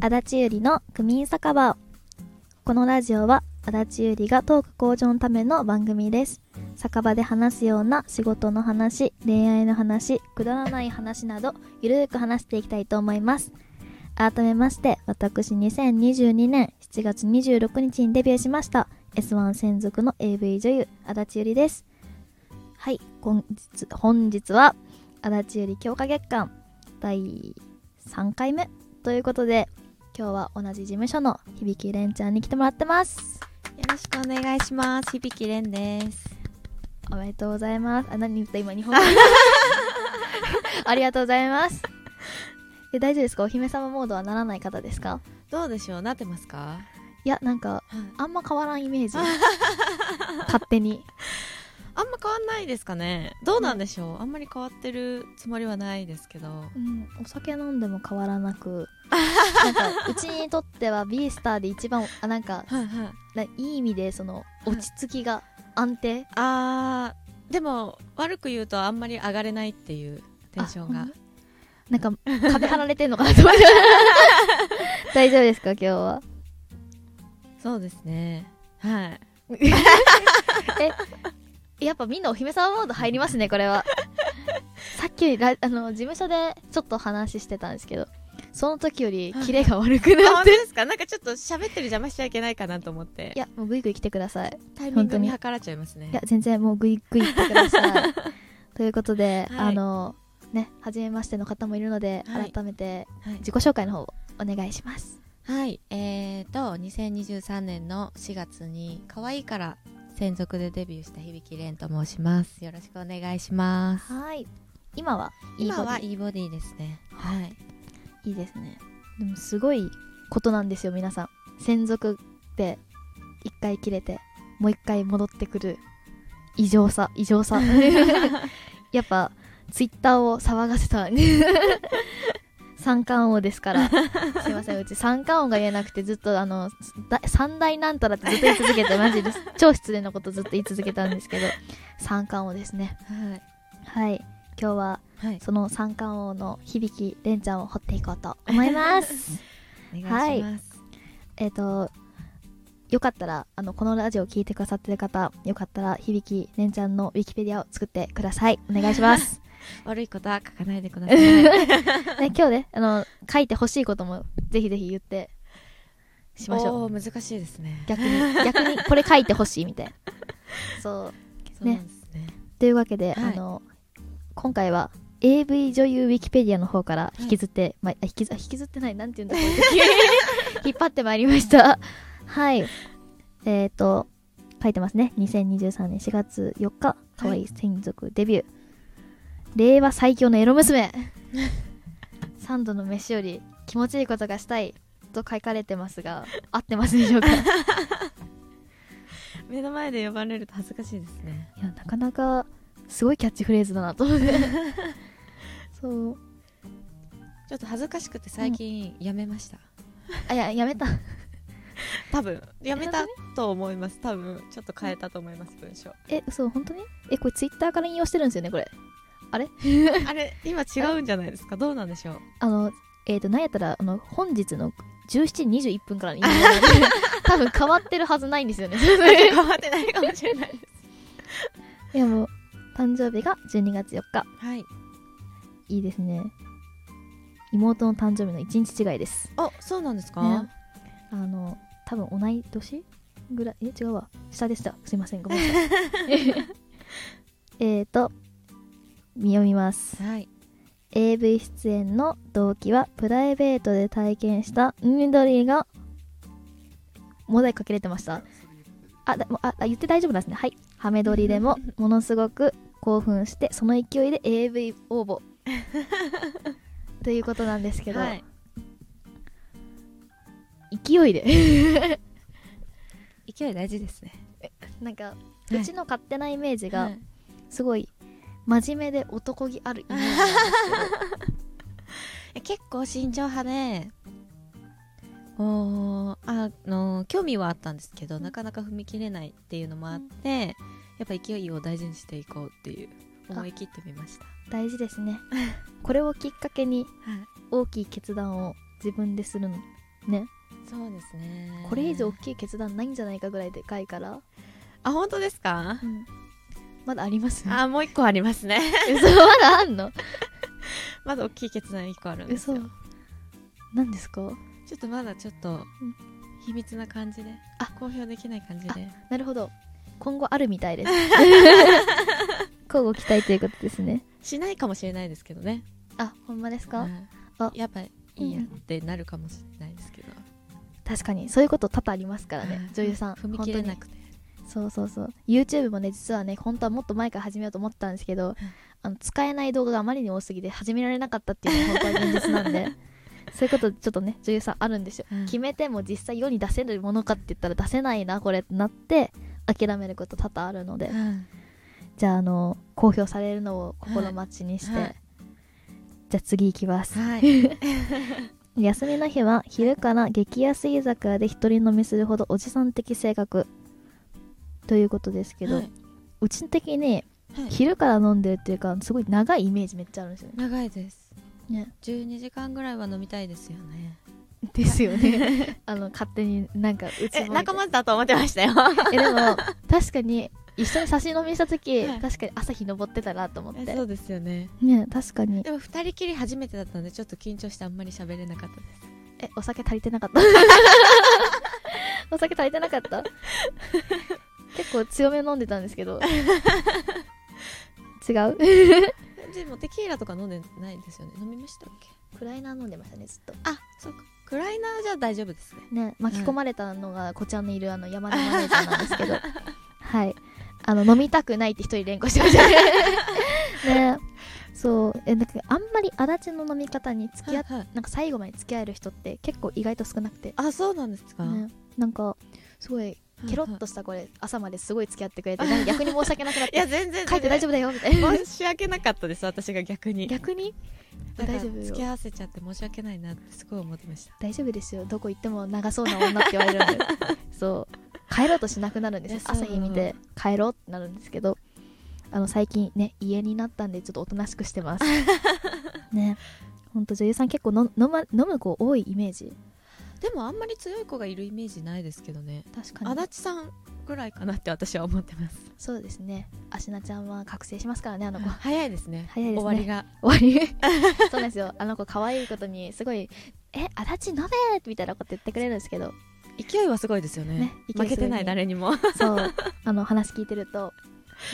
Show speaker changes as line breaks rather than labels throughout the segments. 足立ゆりの区民酒場このラジオは足立ゆりがトーク向上のための番組です酒場で話すような仕事の話恋愛の話くだらない話などゆるーく話していきたいと思います改めまして私2022年7月26日にデビューしました S1 専属の AV 女優足立ゆりですはい本日本日は足立ゆり強化月間第3回目ということで今日は同じ事務所の響蓮ちゃんに来てもらってます
よろしくお願いします。響蓮です。
おめでとうございますあ何言った今日本 語ありがとうございますえ大丈夫ですかお姫様モードはならない方ですか
どうでしょうなってますか
いやなんか
あ
あんま変わらんイメ ージ勝手に
あんま変わんないですかねどうなんでしょう、あんまり変わってるつもりはないですけど。
うん、お酒飲んでも変わらなくなんかうちにとっては B スターで一番あなんか
はいはい。
ないい意味でその
はい
落ち着きが安定
あー、でも悪く言うとあんまり上がれないっていうテンション
あ
が
ほん。なんか壁張られてんのかなと 思って大丈夫ですか今日は
そうですね。 はい。
えやっぱみんなお姫様モード入りますねこれ はさっきラあの事務所でちょっと話してたんですけどその時よりキレが悪くな
本当
っ
で
て
すかなんかちょっと喋ってる邪魔しちゃいけないかなと思って。
いやもうグイグイ来てください
タイミン
本当
グ見
に
計らっちゃいますね
い。や全然もうグイグイ行ってくださいということで、
はい
あのね初めましての方もいるので、
はい
改めて
はい
自己紹介の方をお願いします
はい、えーと2023年の4月に可愛いから専属でデビューした響蓮と申します。よろしくお願いします。
はい今は
今
ボ
は
ディ
いいボディですね。はい。
いいですねでもすごいことなんですよ皆さん専属で一回切れてもう一回戻ってくる異常さ異常さやっぱツイッターを騒がせた三冠王ですからすいませんうち三冠王が言えなくてずっとあのだ三大なんたらってずっと言い続けてマジです超失礼なことずっと言い続けたんですけど三冠王ですね
はい。
はい今日は
はい。
その三冠王の響蓮ちゃんを掘っていこうと思います
お願いします。
えっとよかったらあのこのラジオを聞いてくださってる方よかったら響蓮ちゃんのウィキペディアを作ってくださいお願いします
悪いことは書かないでくださ い。
ね今日ねあの書いてほしいこともぜひぜひ言ってしましょう
おー難しいですね。
逆に逆にこれ書いてほしいみたいなそう
そうなんですね。
というわけで、
はい
あの今回は AV 女優ウィキペディアの方から引きずって、まあ引きず引きずってないなん て言うんだろう引っ張ってまいりましたはいえっ、と書いてますね2023年4月4日可愛い専属デビュー、令和最強のエロ 娘三度の飯より気持ちいいことがしたいと書かれてますが合ってますでしょうか
目の前で呼ばれると恥ずかしいですね。
いやなかなかすごいキャッチフレーズだなと思って そう
ちょっと恥ずかしくて最近やめました。
あいややめた
多分やめたと思います。多分ちょっと変えたと思います文章。
えそう本当にえこれツイッターから引用してるんですよねこれ
あれ今違うんじゃないですか。どうなんでしょう。
あのえっ、となんやったらあの本日の17時21分からの引用なんで多分変わってるはずないんですよね
変わってないかもしれないです。
いやもう誕生日が12月4日
はい。
いいですね妹の誕生日の1日違いです
あ、そうなんですか。
ねあの多分同い年ぐらいえ違うわ下でしたすいませんごめんなさい えっと読みます
はい。
AV 出演の動機はプライベートで体験した海鳥がモザイクかけれてましたあだもうああ言って大丈夫なんですねはいハメ撮りでも ものすごく興奮してその勢いで AV 応 募ということなんですけど、
はい。
勢いで
勢い大事ですね。
なんか、
はいう
ちの勝手なイメージが
は い
すごい真面目で男気あるイメージなんです
え結構慎重派で、おーあの興味はあったんですけど、なかなか踏み切れないっていうのもあって、やっぱ勢いを大事にしていこうっていう思い切ってみました。
けど大 事ですねこれをきっかけに
はい。
大きい決断を自分でするのね
そうですね
これ以上大きい決断ないんじゃないかぐらいでかいから、
あ本当ですか
うんまだあります
あもう一個ありますね
嘘まだあんの
まだ大きい決断一個あるんですよ
嘘何ですか
ちょっとまだちょっ
う
と
ん
秘密な感じで
あ
公表できない感じで
なるほど今後あるみたいです 交互期待ということですね
しないかもしれないですけどね
あほんまですか、
はい
あ
やっぱいいやってなるかもしれないですけど
確かにそういうこと多々ありますからね
はい
女優さん
踏み切れな
本
くて
当にそうそうそう YouTube もね実はね本当はもっと前から始めようと思ったんですけど、あの使えない動画があまりに多すぎて始められなかったっていうのが本当は現実なん でそういうことちょっとね女優さんあるんですよ、
うん
決めても実際世に出せるものかって言ったら出せないなこれってなって諦めること多々あるので、
はい
じゃああの公表されるのを心待ちにして、
はいはい
じゃあ次行きます
はい
休みの日は昼から激安居酒屋で一人飲みするほどおじさん的性格ということですけど、
はいう
ち的に
はい
昼から飲んでるっていうかすごい長いイメージめっちゃあるんですよね
長いです
ね
12時間ぐらいは飲みたいですよね
ですよ ねあの勝手になんかうち
え
も
仲間だと思ってましたよ
えでも確かに一緒に差し飲みした時、
はい
確かに朝日登ってたなと思って
そうですよね
ね確かに
でも二人きり初めてだったんでちょっと緊張してあんまり喋れなかったです
えお酒足りてなかった お酒足りてなかった結構強め飲んでたんですけ ど違う
でもテキーラとか飲んでないですよね飲みましたっけ
クライナー飲んでましたねずっと
あそうかクライナーじゃ大丈夫ですね
ね巻き込まれたのがこちらのいるあの山田マネージャーなんですけ どはいあの飲みたくないって一人連呼してま したねねそうえなんかあんまり足立の飲み方に付き合っ
はいはい
なんか最後まで付き合える人って結構意外と少なくて、
あそうなんですか、
ね、なんかすごいケロッとしたこれ朝まですごい 付き合ってくれてなんか逆に申し訳なくなっ
いや
て
全然
書いて大丈夫だよみたいな
申し訳なかったです私が逆に
逆に
なんか
大丈夫よ
付き合わせちゃって申し訳ないなってすごい思ってました
大丈夫ですよどこ行っても長そうな女って言われるん でそう帰ろうとしなくなるんですよ
いやそう
朝日見て帰ろうってなるんですけどあの最近ね家になったんでちょっとおとなしくして ますねほんと女優さん結構の飲,、ま、飲む子多いイメージ
でもあんまり強い子がいるイメージないですけどね
確か
足
に
立さんぐらいかなって私は思ってます
そうですね芦菜ちゃんは覚醒しますからねあの子
早いですね
早いですね
終わ りが
終わりそうなんですよあの子可愛いことにすごい「え足立飲め!」みたいなこと言ってくれるんですけど
勢いはすごいですよね
ね勢いすごいね
負けてない誰 にも
そうあの話聞いてると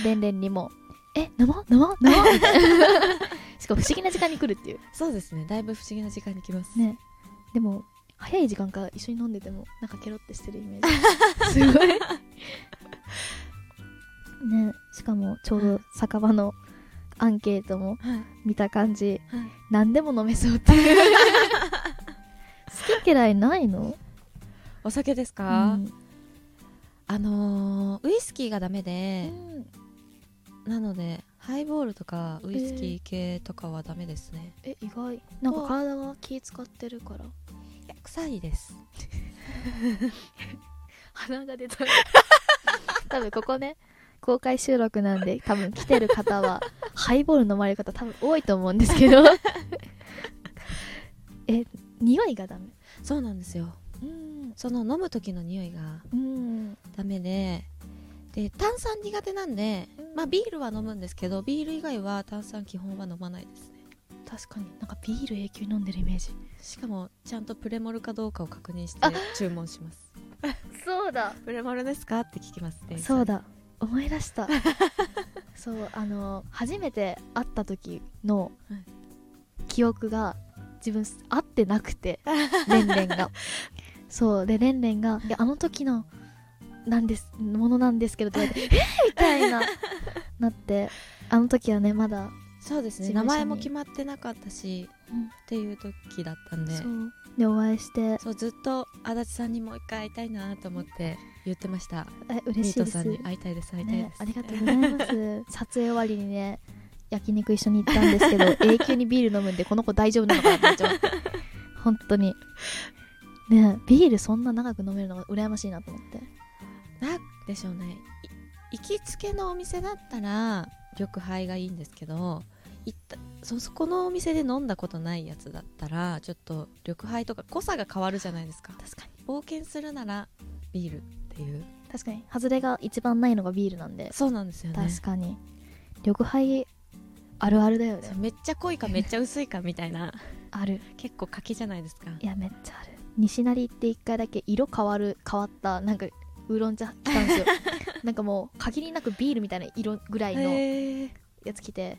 レンレンにも「え飲もう飲もう飲もう」みたいなしかも不思議な時間に来るっていう
そうですねだいぶ不思議な時間に来ます
ねでも早い時間から一緒に飲んでてもなんかケロってしてるイメージすごいねしかもちょうど酒場のアンケートも
はい
見た感じ
はい
何でも飲めそうっていう好き嫌いないの
お酒です
う
か、
ん
あのーウイスキーがダメ
う
で、
ん
なのでハイボールとかウイスキー系とかはダメですね、
え意外なんか体が気使ってるから
いや臭いです
鼻が出た多分ここね公開収録なんで多分来てる方 はハイボール飲まれる方多分多いと思うんですけど え匂いがダメ
そうなんですよ
うん
その飲む時の匂いが
うん
ダメでで炭酸苦手なんで、
うん
まあ、ビールは飲むんですけどビール以外は炭酸基本は飲まないですね
確かになんかビール永久に飲んでるイメージ
しかもちゃんとプレモルかどうかを確認して
あ
注文します
そうだ
プレモルですかって聞きますね
そうだ思い出した そうあの初めて会った時の
はい
記憶が自分会ってなく てレンレンがそうでレンレン が「いやあの時のなんですものなんですけど」って言われて「え ーみた いななってあの時はねまだ、
そうです
事
ね
務所に
名前も決まってなかったし
うん
っていう時だったんで
そ
そう
うでお会いして
ずっと足立さんにもう一回会いたいなと思って言ってました
え
ミ
嬉し
ー
い
ト
で
さ
す
んに会いたいです会いたいです、
ね、ありがとうございます 撮影終わりにね焼肉一緒に行ったんです けど永久にビール飲むんでこの子大丈夫なのかなって思っちゃう本当にねビールそんな長く飲めるのが羨ましいなと思って
なんでしょうねい行きつけのお店だったら緑杯がいいんですけど行ったそそこのお店で飲んだことないやつだったらちょっと緑杯とか濃さが変わるじゃないですか
確かに
冒険するならビールっていう
確かに外れが一番ないのがビールなんで
そうなんですよね
確かに緑杯あるあるだよね
そうめっちゃ濃いかめっちゃ薄いかみたいな
ある
結構柿じゃないですか
いやめっちゃある西成って一回だけ色変わる変わったなんかウーロン茶来たんです よなんかもう限りなくビールみたいな色ぐらいの
へ
やつ来て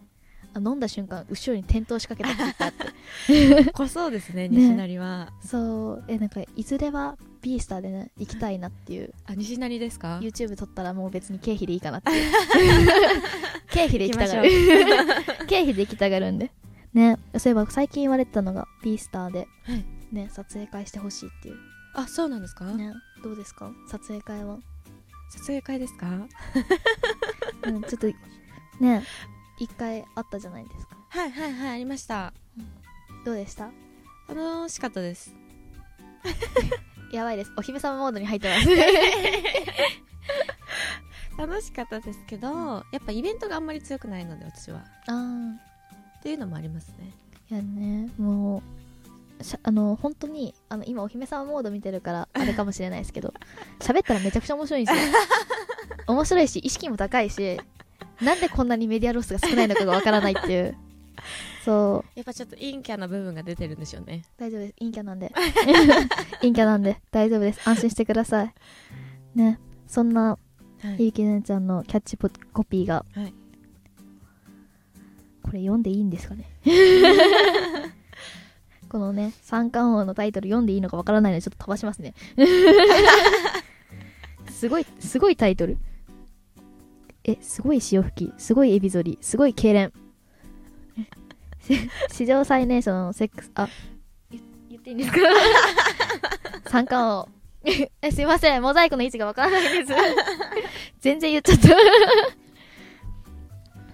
あ飲んだ瞬間後ろに転倒しかけた人い たって
ー濃そうですね
ね
西成は、
そうえなんかいずれはビースターでね行きたいなっていう
あ西成ですか
YouTube 撮ったらもう別に経費でいいかなって 経費で行きたが
行
る 経費で行きたがるんでねそういえば最近言われてたのがビースターで、
はい
ね撮影会してほしいっていう
あそうなんですか、
ねどうですか撮影会は、
撮影会ですか
うん、ちょっとね一回あったじゃないですか
はいはいはいありました
どうでした
楽しかったです
やばいですお姫様モードに入ってます
楽しかったですけどやっぱイベントがあんまり強くないので私は
ああ
っていうのもありますね
いやねもうしゃあの本当にあの今お姫様モード見てるからあれかもしれないですけど 喋ったらめちゃくちゃ面白いんですよ面白いし意識も高いしなんでこんなにメディアロスが少ないのかがわからないっていうそう
やっぱちょっと陰キャな部分が出てるんでしょうね
大丈夫です陰キャなんで陰キャなんで大丈夫です安心してくださいねそんな
は
ひいきねんちゃんのキャッチポコピーが、
はい
これ読んでいいんですか ねこのね三冠王のタイトル読んでいいのかわからないのでちょっと飛ばします ねすごいすごいタイトルえすごい潮吹きすごいエビ反りすごい痙攣し 史上最年少のセックスあ言言っていいんですか 三冠王 えすいませんモザイクの位置がわからないです全然言っちゃった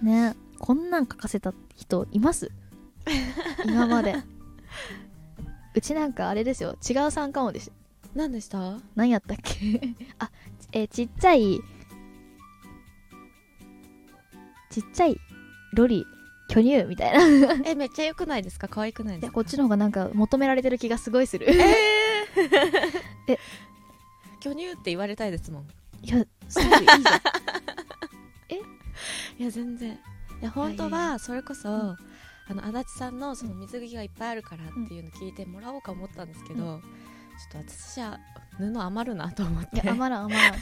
ねこんなん書かせた人います 今までうちなんかあれですよ違う三冠王でした
何でした
何やったっけ あえーちっちゃいちっちゃいロリ巨乳みたいな い
えめっちゃ良くないですか可愛くないで
や
す
こ
か
っちの方がなんか求められてる気がすごいする
え
い
ー
え
巨乳って言われたいですもん
やすご いいいじゃん
いや全然いや本当
いやいや
はそれこそ、
うん
あの足立さんのその水着がいっぱいあるからっていうの聞いてもらおうか思ったんですけど、ちょっと私じゃ布余るなと思っ
い
て
や余らん余らん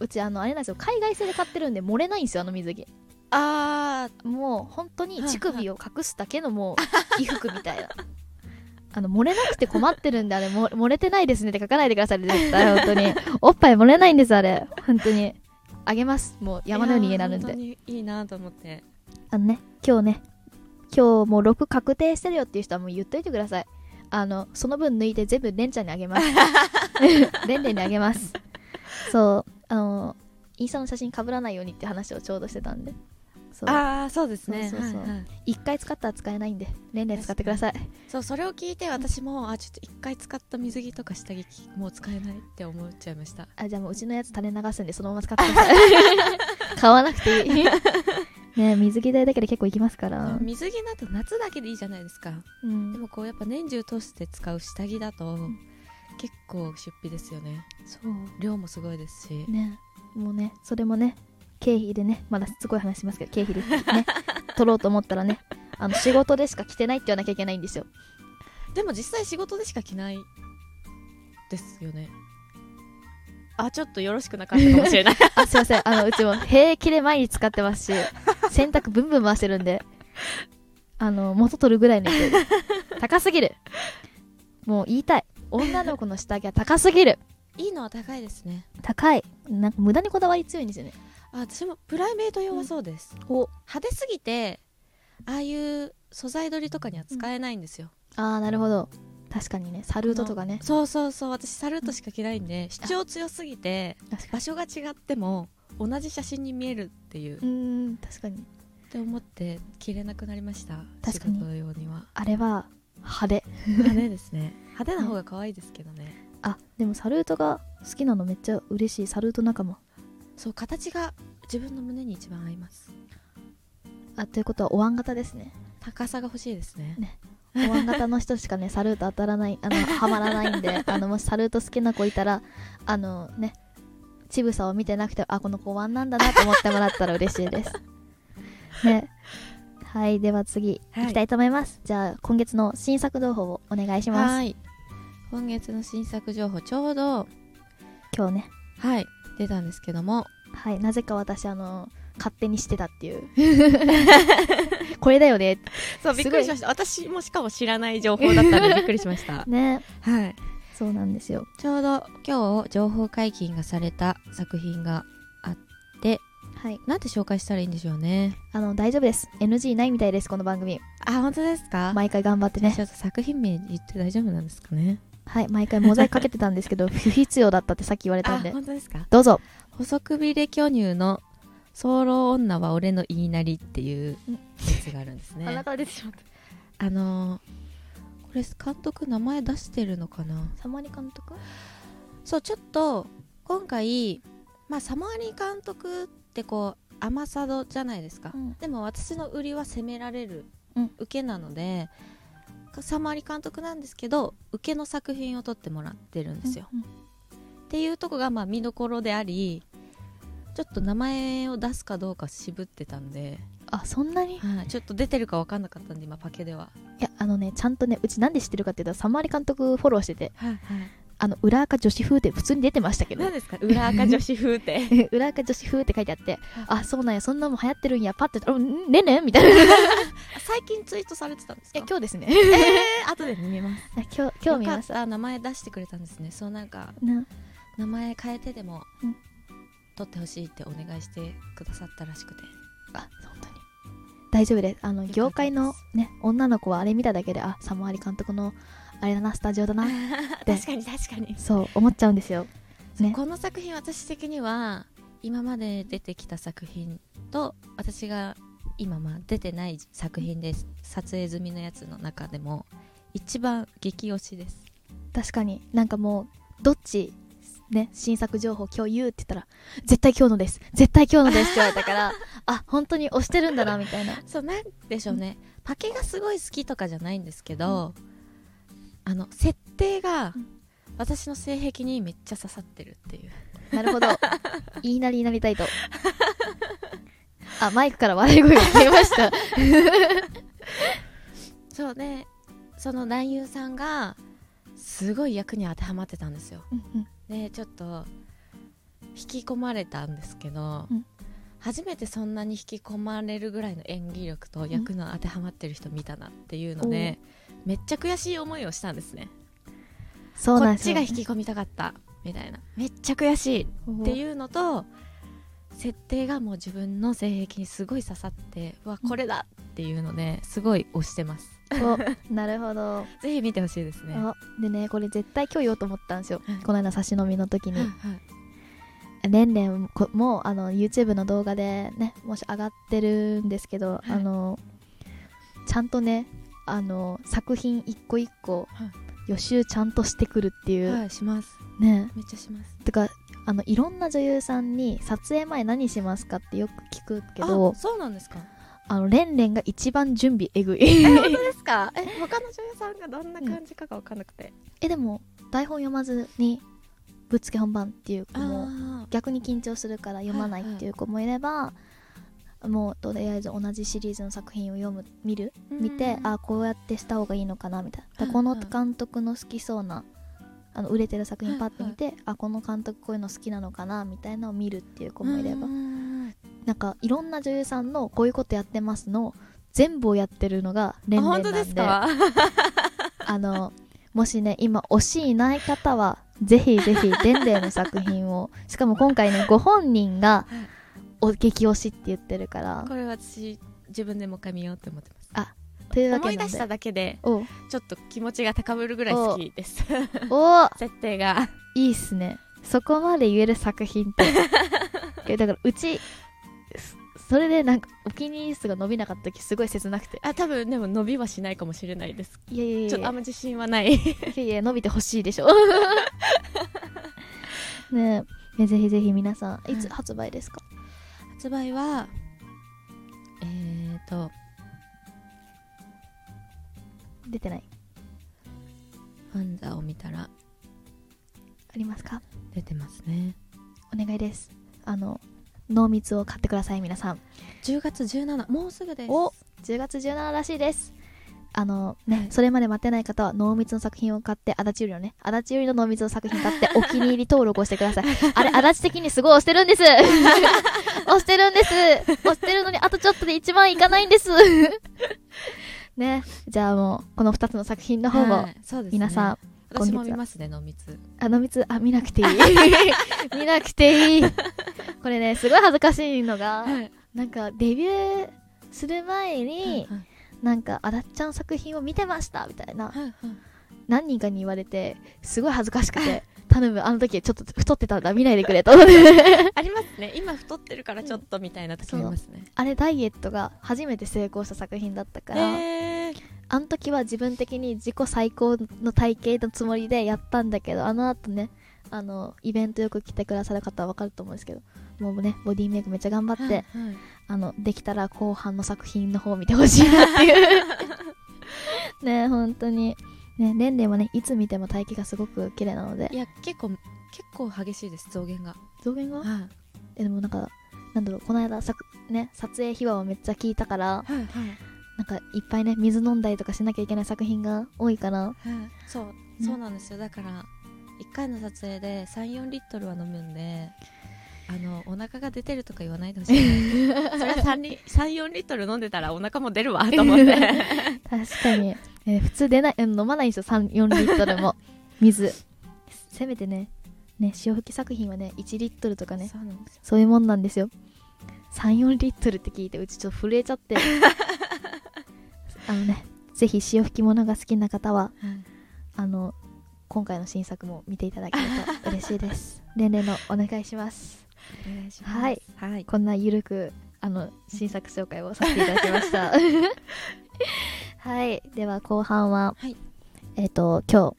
うちあのあれなんですよ海外製で買ってるんで漏れないんですよあの水着
あ
もう本当に乳首を隠すだけのもう衣服みたいなあの漏れなくて困ってるんであれも漏れてないですねって書かないでください絶対本当におっぱい漏れないんですあれ本当にあげますもう
ー
山のように家なるん
いや
で
ー本当にいいなと思って
あのね今日ね今日もう6確定してるよっていう人はもう言っといてくださいあのその分抜いて全部レンちゃんにあげ ますレンレンにあげますそうあのインスタの写真被らないようにって話をちょうどしてたんでそう
ああそうですね
そうそうそう
はいはい
一回使ったら使えないんでレンレン使ってください
そうそれを聞いて私もあちょっと一回使った水着とか下着もう使えないって思っちゃいました
あじゃあもううちのやつ垂れ流すんでそのまま使ってください買わなくていいね水着代だけで結構いきますから、
水着だと夏だけでいいじゃないですか
うん
でもこうやっぱ年中通して使う下着だと結構出費ですよね
そう
量もすごいですし
ねもうねそれもね経費でねまだしつこい話しますけど経費でね取ろうと思ったらねあの仕事でしか着てないって言わなきゃいけないんですよ
でも実際仕事でしか着ないですよねあちょっとよろしくなかったかもしれ ない
あすいませんあのうちも平気で毎日使ってますし洗濯ブンブン回してるんであの元取るぐらいの勢いで高すぎるもう言いたい女の子の下着は高すぎる
いいのは高いですね
高いなんか無駄にこだわり強いんですよね
あ私もプライベート用はそうです、
お
派手すぎてああいう素材取りとかには使えないんですよ、
ああなるほど確かにねサルートとかね
そうそうそう私サルートしか着ないんで、主張強すぎて
確か
場所が違っても同じ写真に見えるってい
にう
う、
ーん確かに
って思って着れなくなりました
確かに
仕事用には
あれは派手
派手です ね派手な方が可愛いですけどね
あでもサルートが好きなのめっちゃ嬉しいサルート仲間
そう形が自分の胸に一番合います
あということはお椀型ですね
高さが欲しいですね。
お椀型の人しかねサルート当たらないあのはまらないん であのもしサルート好きな子いたらあのねちぶさを見てなくてあこの子お椀なんだなと思ってもらったら嬉しいです ねはいでは次、
はい
い、きたいと思いますじゃあ今月の新作情報をお願いします
はい。今月の新作情報ちょうど
今日ね
はい出たんですけども、
はいなぜか私あの勝手にしてたっていう これだよね
そう
びっくりしま
した。私もしかも知らない情報だったんでびっくりしました。
ね
はい。
そうなんですよ
ちょうど今日情報解禁がされた作品があって、
はい
なんて紹介したらいいんでしょうね。
あの大丈夫です NG ないみたいですこの番組
あ本当ですか。
毎回頑張ってね
ちょっと作品名言って大丈夫なんですかね。
はい、毎回モザイクかけてたんです けど、不必要だったってさっき言われたんで。
本当ですか。
どうぞ。
細くびれ巨乳の早漏女は俺の言いなりっていうやつがあるんですね。
から出てしまった。
あのーこれ監督名前出してるのかな
サマリ監督
そうちょっと今回、まあ、サマーリ監督ってこう甘さ度じゃないですか、
うん
でも私の売りは責められる、
うん
受けなのでサマーリ監督なんですけど受けの作品を撮ってもらってるんですよ、。
うん
っていうとこがまあ見どころでありちょっと名前を出すかどうか渋ってたんで、
あ、そんなにい
はいちょっと出てるか分かんなかったんで今パケでは、
や、あのね、ちゃんとね、うちなんで知ってるかっていうと、サマリ監督フォローしてて、
はいはい、
あの、裏垢女子風って普通に出てましたけど
何、ですか裏垢女子風っ て
裏垢女子風って書いてあって、あ、そうなんや、そんなもん流行ってるんや、パッて、あんねんねん みたいな。い
最近ツイートされてたんですか
や、今日ですね。
えー後で見ます
今日、今日見まし
よかった名前出してくれたんですねそうなんか
た。な
名前変えてでも、
うん
撮ってほしいってお願いしてくださったらしくて
あ、本当に。大丈夫です。あの、
よかったです
業界のね、女の子はあれ見ただけで、あ、サマリ監督の、あれだな、スタジオだな、 で
かに確かに、
そう思っちゃうんですよ。ね、
この作品私的には今まで出てきた作品と私が今まあ出てない作品です撮影済みのやつの中でも一番激推しです
確かになんかもうどっちね新作情報今日言うって言ったら絶対今日のです絶対今日のですって言われたからあ本当に押してるんだなみたいな
そうなんでしょうね、パケがすごい好きとかじゃないんですけど、あの設定が
うん
私の性癖にめっちゃ刺さってるっていう
なるほど言いなりになりたいとあマイクから笑い声が消えました
そうねその男優さんがすごい役に当てはまってたんですよ
うんうん
でちょっと引き込まれたんですけど、
うん
初めてそんなに引き込まれるぐらいの演技力と役の当てはまってる人見たなっていうので、めっちゃ悔しい思いをしたんですね
そう
こ
なん
っ
です
ち
よ
が引き込みたかったみたいなめっちゃ悔しいっていうのと設定がもう自分の性癖にすごい刺さってうわこれだっていうのですごい推してます
おなるほど、
ぜひ見てほしいですね
あでねこれ絶対今日言おうと思ったんですよ
はい
この間差し飲みの時に
はいはい
レンレンこもうあの YouTube の動画でねもし上がってるんですけど、
い
あのちゃんとねあの作品一個一個
はい
予習ちゃんとしてくるっていう、
はいします
ね
めっちゃします
てかあのいろんな女優さんに撮影前何しますかってよく聞くけ
あ
ど
そうなんですか
あのレンレンが一番準備えぐ い
本当ですかえ他の女優さんがどんな感じかが分かんなくて、
えでも台本読まずにぶっつけ本番っていう子も
あ
逆に緊張するから読まないっていう子もいれば、もうとりあえず同じシリーズの作品を読む見る
ー
見て、
うん
あこうやってした方がいいのかなみたいな、
うん
でこの
うん
監督の好きそうなあの売れてる作品パッて見て、あこの監督こういうの好きなのかなみたいなのを見るっていう子もいれば、
うん
なんかいろんな女優さんのこういうことやってますの全部をやってるのが連々
あ
なん
本
で
当です
あ
か
のもしね今推しいない方はぜひぜひレンレンの作品をしかも今回ねご本人が
はい
お激推しって言ってるから
これ私自分でもう一回見ようって思ってます
というわ
思
け
い
なん
出した
で
だけで
おう
ちょっと気持ちが高ぶるぐらい好きです
おう
設定が
いいっすねそこまで言える作品 ってえだからうちそそれでなんかお気に入り数が伸びなかった時すごい切なくて
あ多分でも伸びはしないかもしれないです
いやいやいや
ちょ
い
っとあ
や
んま自信はない
いやいや伸びてほしいで しょねええぜひぜひ皆さんいつ発売ですか、
発売はえーと
出てない
ファンザを見たら
ありますか
出てますね
お願いですあの濃密を買ってください皆さん
10月17もうすぐです
お10月17らしいですあのね、
はい
それまで待ってない方は濃密の作品を買って足立ゆりのね足立ゆりの濃密の作品買 ってお気に入り登録をしてくださいあれ足立的にすごい押してるん です押してるんです押してるのにあとちょっとで1万いかないんです ねじゃあもうこの2つの作品の方も
はいそうですね
皆さん
私
今月は
も見ますね濃密
あの蜜、あ、見なく ていい。見なくていい。これね、すごい恥ずかしいのが、
はい
なんかデビューする前に、
はい
なんか、あだっちゃんの作品を見てましたみたいな、
はいはい
何人かに言われて、すごい恥ずかしくて、頼む、あの時ちょっと太ってたんだ、見ないでくれと 思って。
ありますね今太ってるからちょっとみたいな時ありますね、
あれ、ダイエットが初めて成功した作品だったから、
えー
あの時は自分的に自己最高の体型のつもりでやったんだけどあの後ねあのイベントよく来てくださる方は分かると思うんですけどもうねボディメイクめっちゃ頑張って、
はいはい
あのできたら後半の作品の方見てほしいなっていう ね本当にねレンレンはねいつ見ても体型がすごく綺麗なので
いや結構結構激しいです増減が、
増減が
は
えでもなんかなんだろうこの間さね撮影秘話をめっちゃ聞いたから
いはい
なんかいっぱいね水飲んだりとかしなきゃいけない作品が多いから
そう、
ね
そうなんですよだから1回の撮影で34リットルは飲むんであのお腹が出てるとか言わないでほし いそれは34リットル飲んでたらお腹も出るわと思って
確か に、えー普通出ないうん飲まないんですよ34リットルも水せめてねね潮吹き作品はね1リットルとかね
そうなんですよ
そういうもんなんですよ34リットルって聞いてうちちょっと震えちゃってあのねぜひ潮吹きものが好きな方はあの今回の新作も見ていただけると嬉しいですレンレンのお願いします
お願いします
はい、
はい、
こんなゆるくあの新作紹介をさせていただきましたはいでは後半は、
はい
えっ、と今日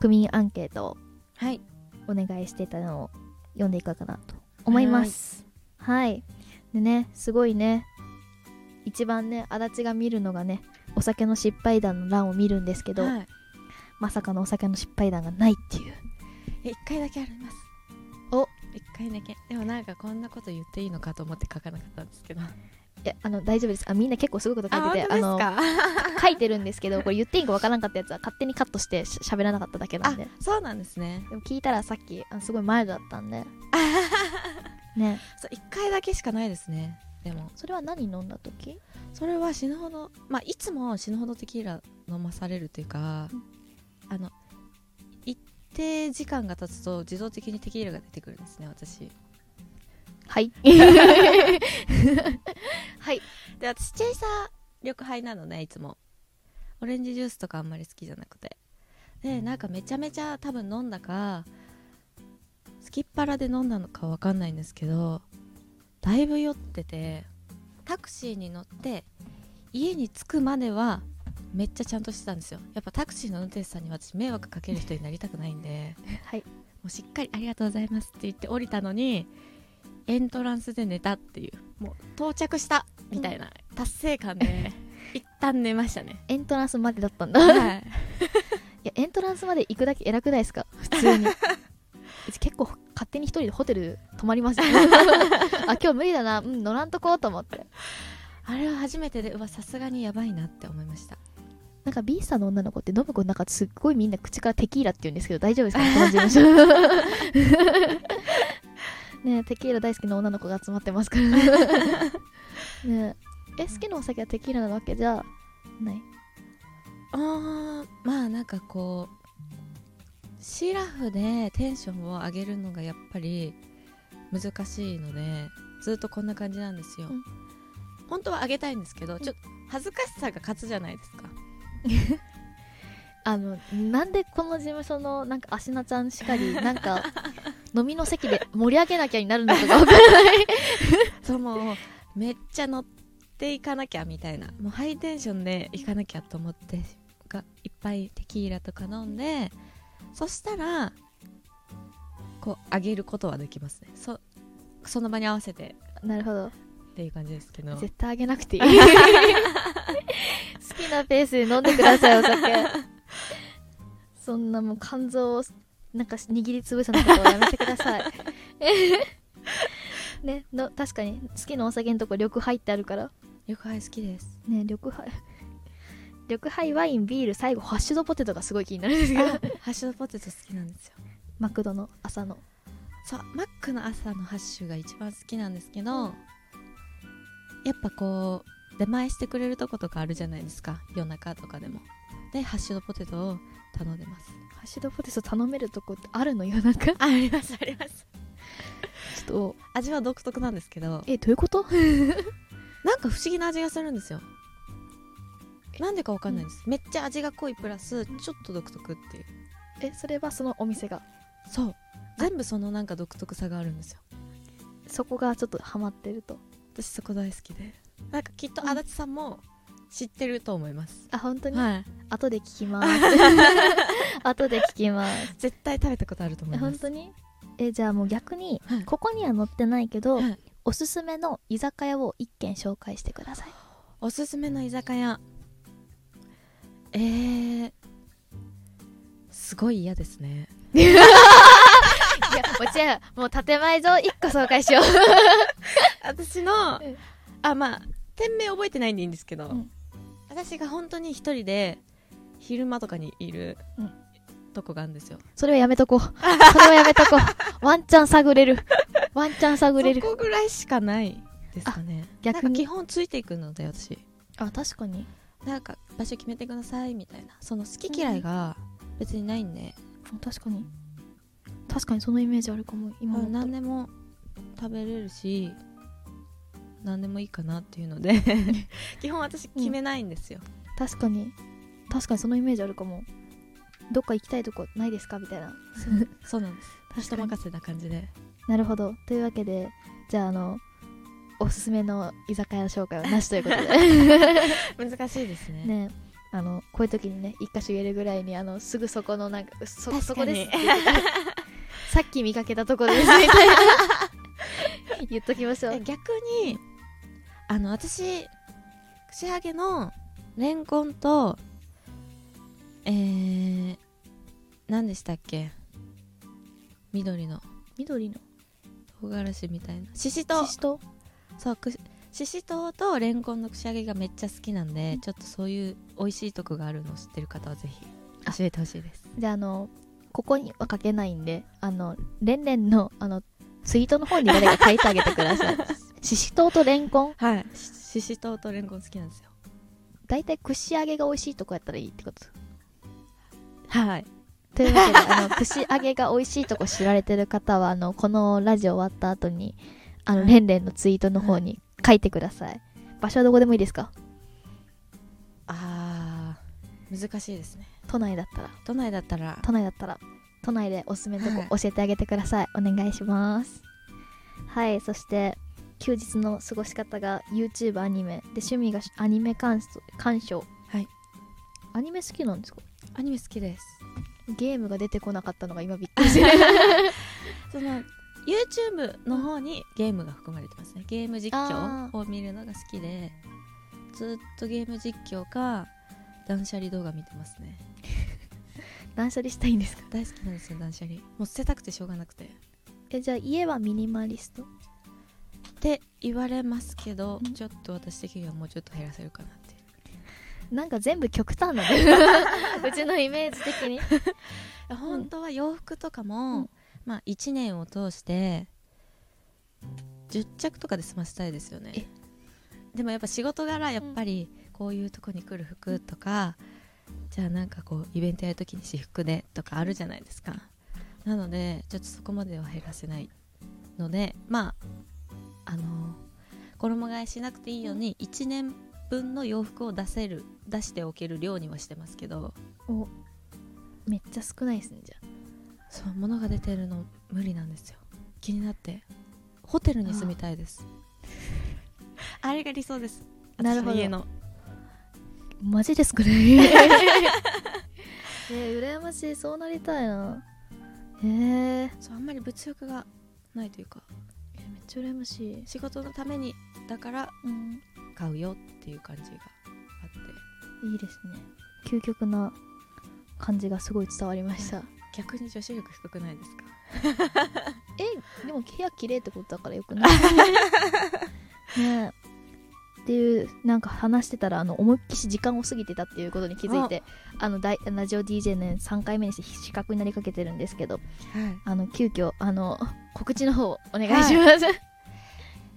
区民アンケートを
はい、
お願いしていたのを読んでいこうかなと思いますはいでねすごいね一番ね足立が見るのがねお酒の失敗談の欄を見るんですけど、
はい
まさかのお酒の失敗談がないっていう
え一回だけあります
お
一回だけでもなんかこんなこと言っていいのかと思って書かなかったんですけど
いやあの大丈夫ですあみんな結構すごいこと書いてて
あ
の
本当ですか
書いてるんですけどこれ言っていいかわからんかったやつは勝手にカットしてしゃべらなかっただけなん
あ
で
そうなんですね
でも聞いたらさっきあすごいマイルドだったん でね
そう一回だけしかないですねでも
それは何飲んだ時
それは死ぬほどまあいつも死ぬほどテキーラ飲まされるというか、
うん
あの一定時間が経つと自動的にテキーラが出てくるんですね私
はい はい
で私チェイサー緑杯なのねいつもオレンジジュースとかあんまり好きじゃなくてでなんかめちゃめちゃ多分飲んだかすきっ腹で飲んだのかわかんないんですけどだいぶ酔っててタクシーに乗って家に着くまではめっちゃちゃんとしてたんですよやっぱタクシーの運転手さんに私迷惑かける人になりたくないんで
はい
もうしっかりありがとうございますって言って降りたのにエントランスで寝たっていうもう到着したみたいな達成感で一旦寝ましたね
エントランスまでだったんだ、い、
はい
やエントランスまで行くだけ偉くないですか普通にうち結構勝手に一人でホテル泊まりますよあ今日無理だなうん乗らんとこうと思って
あれは初めてでうわさすがにやばいなって思いました
なんか B さんの女の子って飲む子なんかすっごいみんな口からテキーラって言うんですけど大丈夫ですかこの事務所ねえテキーラ大好きな女の子が集まってますからねええ好きなお酒はテキーラなわけじゃない
あーまあなんかこうシラフでテンションを上げるのがやっぱり難しいのでずっとこんな感じなんですよ、
うん
本当は上げたいんですけど
ん
ちょっと恥ずかしさが勝つじゃないですか
あのなんでこの事務所のなんか芦名ちゃんしかりなんか飲みの席で盛り上げなきゃになるのかが分からない
そうもうめっちゃ乗っていかなきゃみたいなもうハイテンションでいかなきゃと思ってがいっぱいテキーラとか飲んでそしたらこう上げることはできますねそその場に合わせて
なるほど
っていう感じですけど
絶対あげなくていい 好きなペースで飲んでくださいお酒そんなもう肝臓をなんか握りつぶすのとかはやめてください ねの確かに好きなお酒のとこ緑杯ってあるから
よく好き です
ね緑杯緑杯ワインビール最後ハッシュドポテトがすごい気になるんですけど
ハッシュドポテト好きなんですよ
マクドの朝の
そうマックの朝のハッシュが一番好きなんですけど、やっぱこう出前してくれるとことかあるじゃないですか夜中とかでもでハッシュドポテトを頼んでます
ハッシュドポテト頼めるとこってあるのよなんかちょ
ありますあります
っと
味は独特なんですけど
えどういうこと
なんか不思議な味がするんですよなんでかわかんないです、めっちゃ味が濃いプラスちょっと独特っていう
えそれはそのお店が
そう全部そのなんか独特さがあるんですよ
そこがちょっとハマってると
私そこ大好きでなんかきっ
う
と
ん
足立さんも知ってると思います、
あ本当に、
はい
後で聞き ます後で聞きます
絶対食べたことあると思
え
いま
本
す
当にえじゃあもう逆に
はい
ここには載ってないけど、
はい
おすすめの居酒屋を一軒紹介してくだ さい
おすすめの居酒屋えー、すごい嫌ですね
いやこちらもう建前上一個紹介 しよう
私の
うん
あまあ店名覚えてないんでいいんですけど、
うん
私が本当に一人で昼間とかにいる、
うん
とこがあるんですよ
それはやめと こうそれはやめとこうワンチャン探れるワンチャン探れる
そこぐらいしかないですかね
あ逆に
なんか基本ついていくので私
あ確かに
なんか場所決めてくださいみたいなその好き嫌いが別にないんで、
確かに確かにそのイメージあるかも今
もう
思った
何でも食べれるし何でもいいかなっていうの で基本私決めないんですよ、
確かに確かにそのイメージあるかもどっか行きたいとこないですかみたいな
そうなんです
確
人
かに
任せな感じで
なるほどというわけでじゃああのおすすめの居酒屋紹介はなしということ で
難しいですね
ねあのこういう時にね一箇所言えるぐらいにあのすぐそこのなんかそ
確かに
そこですって言って さっき見かけたとこですみたいな 言っときましょ
え
う
逆にあの私串揚げのレンコンとえー、何でしたっけ緑の
緑の
唐辛子みたいなししとう
ししと
そうくしししとうとレンコンの串揚げがめっちゃ好きなんで、ちょっとそういう美味しいとこがあるのを知ってる方はぜひ教えてほしいです
じゃああのここには書けないんであのレンレンのあのツイートの方に誰か書いてあげてくだ さいししとうとレンコン
はいしししとうとレンコン好きなんですよ
大体串揚げが美味しいとこやったらいいってこと
はい
というわけであの串揚げが美味しいとこ知られてる方はあのこのラジオ終わった後にあの
はい
レンレンのツイートの方に書いてください場所はどこでもいいですか
あー難しいですね
都内だったら
都内だったら
都内だったら都内でおすすめのとこ
は
教えてあげてください、お願いしますはいそして休日の過ごし方が YouTube アニメで趣味がアニメ鑑賞鑑賞
はい
アニメ好きなんですか
アニメ好きです
ゲームが出てこなかったのが今びっくりして る
その YouTube の方にゲームが含まれてますねゲーム実
あ
況を見るのが好きでずっとゲーム実況か断捨離動画見てますね
断捨離したいんですか
大好きなんですよ断捨離もう捨てたくてしょうがなくてっ
えじゃあ家はミニマリスト
て言われますけど
うん
ちょっと私的にはもうちょっと減らせるかなってい
なんか全部極端なん だうちのイメージ的 に
う本当は洋服とかも、
うん
まあ1年を通して10着とかで済ませたいですよね
え
でもやっぱ仕事柄やっぱりこういうとこに来る服とか、じゃあなんかこうイベントやるときに私服でとかあるじゃないですかなのでちょっとそこまでは減らせないのでまああの衣替えしなくていいように1年分の洋服を出せる出しておける量にはしてますけど
おめっちゃ少ないですねじゃあ
そう物が出てるの無理なんですよ気になってホテルに住みたいですあれが理想です
なるほど
私の家の
マジですかねえー、羨ましいそうなりたいなえー、
そうあんまり物欲がないというか
えめっちょ羨ましい、
仕事のためにだから
うん、
買うよっていう感じがあって
いいですね究極な感じがすごい伝わりました
逆に女子力低くないですか
えでも部屋綺麗ってことだからよくないねえっていうなんか話してたらあの思いっきし時間を過ぎてたっていうことに気づいてあの大ラジオ DJ の3回目にして失格になりかけてるんですけど
はい
あの急遽あの告知の方をお願いします、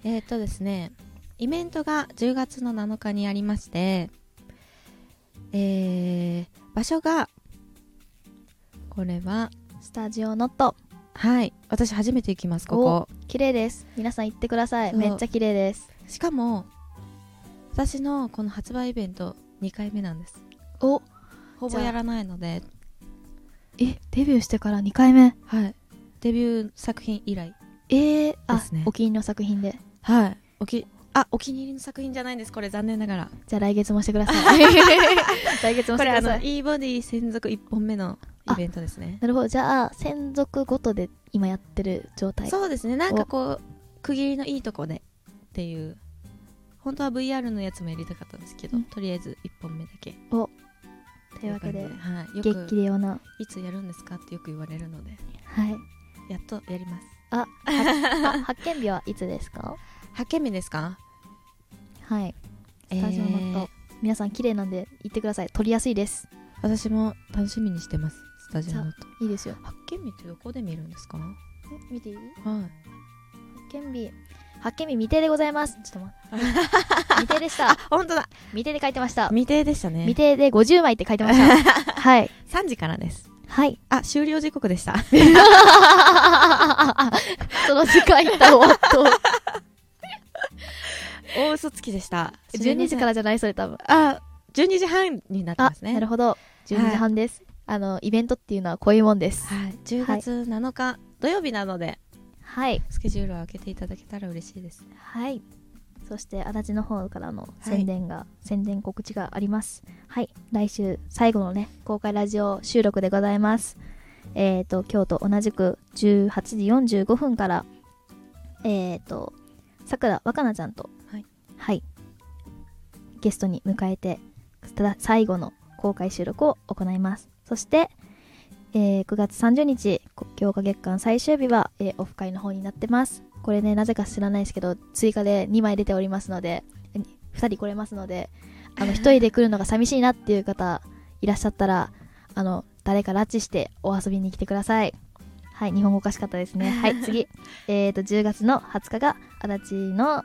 えーっとですねイベントが10月の7日にありまして、えー場所がこれは
スタジオノット
はい私初めて行きますここ
綺麗です皆さん行ってください
そう
めっちゃ綺麗です
しかも私のこの発売イベント2回目なんです
お
ほぼやらないので、
えデビューしてから2回目
はい、デビュー作品以来
えー、
で
あ、
すね
お気に入りの作品で
はいおきあお気に入りの作品じゃないんですこれ残念ながら
じゃあ来月もしてください 来月もし
こ
て
れ
く
あ
ださ
の
い
e ボディ専属1本目のイベントですね
なるほどじゃあ専属ごとで今やってる状態
そうですねなんかこう区切りのいいとこでっていう本当は VR のやつもやりたかったんですけど、
うん
とりあえず1本目だけ
というわけで
という感じではい、よ
激
く
レアない
つやるんですかってよく言われるので
はい
やっとやります
あ発見日はいつですか
発見日ですか
はいスタジオノット、皆さん綺麗なんで行ってください撮りやすいです
私も楽しみにしてますスタジオノート
いいですよ
発見日ってどこで見るんですかは
見ていい
い
発見日発見日未定でございますちょっと待って未定でした
本当だ
未定で書いてました
未定でしたね
未定で50枚って書いてました はい
3時からです
はい
あ終了時刻でした
その時間いった終わっ と
大嘘つきでした
12時からじゃないそれ多分
あ12時半になって
あ
ますね
なるほど12時半です、あのイベントっていうのはこういうもんです
はい、10月7日、土曜日なので
はい
スケジュールを開けていただけたら嬉しいです
はいそして足立の方からの宣伝が、宣伝告知がありますはい来週最後のね公開ラジオ収録でございますえっ、と今日と同じく18時45分からえっ、とさくら若菜ちゃんと
はい、
はいゲストに迎えてただ最後の公開収録を行いますそして、えー9月30日強化月間最終日は、えーオフ会の方になってますこれねなぜか知らないですけど追加で2枚出ておりますのでえ2人来れますのであの1人で来るのが寂しいなっていう方いらっしゃったらあの誰か拉致してお遊びに来てくださいはい日本語おかしかったですねはい次えーと10月の20日が足立の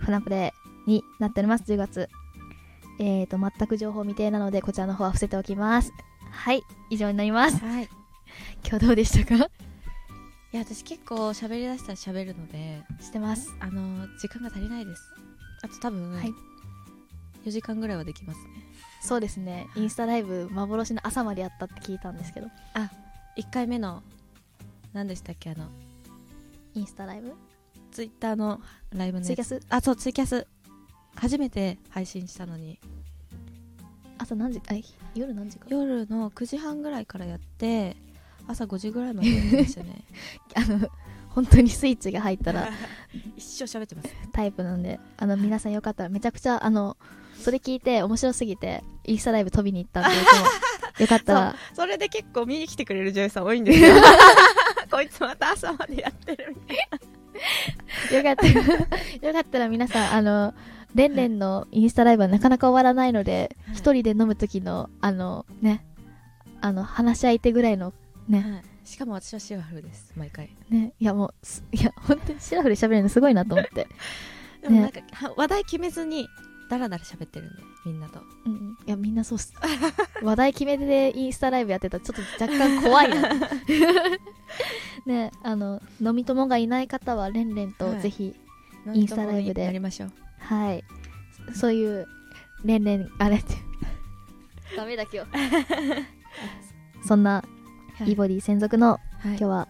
フナプレになっております10月えーと全く情報未定なのでこちらの方は伏せておきますはい以上になります
はいい
今日どうでしたか
や私結構喋りだしたら喋るので
してます
あの時間が足りないですあと多分、
はい
4時間ぐらいはできますね
そうですねインスタライブ幻の朝までやったって聞いたんですけど
1回目の何でしたっけあの
インスタライブ
ツイッターのライブのやつ
ツイキャス
あそうツイキャス初めて配信したのに
朝何時あ夜何時か
夜の9時半ぐらいからやって朝5時ぐらいまでやりました ね
あの 本当にスイッチが入ったら
一生喋ってます
タイプなんであの皆さんよかったらめちゃくちゃあのそれ聞いて面白すぎてインスタライブ飛びに行 ったんでいつもよかったら
それで結構見に来てくれる女優さん多いんです よこいつまた朝までやってる
よかったら よかったら皆さんあのレンレンのインスタライブはなかなか終わらないので
はい
一、人で飲む時のあのねあの話し相手ぐらいのね
しかも私はシワフルです毎回
ねいやもうすいや本当にシラフで喋るのすごいなと思 って、
でもなんか、は話題決めずにダラダラ喋ってるんでみんなと
うん、いやみんなそうっす話題決めてでインスタライブやってたらちょっと若干怖い なねあの飲み友がいない方はレンレンと
はい
ぜひインスタライブで
やりましょう
はい、そそういうレンレンあれ ってダメだ今日そんなイボディ専属の
はい、
今日は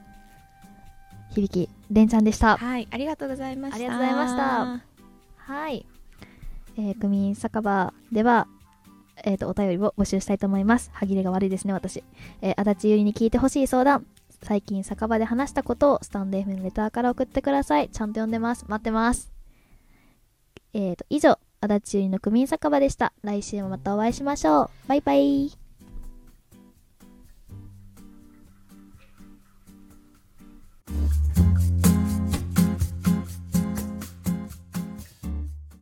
響きレンちゃんでした
はい、ありがとうございました
ありがとうございましたはい、えー、区民酒場ではえー、とお便りを募集したいと思います。歯切れが悪いですね、私。えー、足立ゆりに聞いてほしい相談、最近酒場で話したことをスタンド FM のレターから送ってくださいちゃんと読んでます待ってますえーと以上足立ゆりの区民酒場でした来週もまたお会いしましょうバイバイ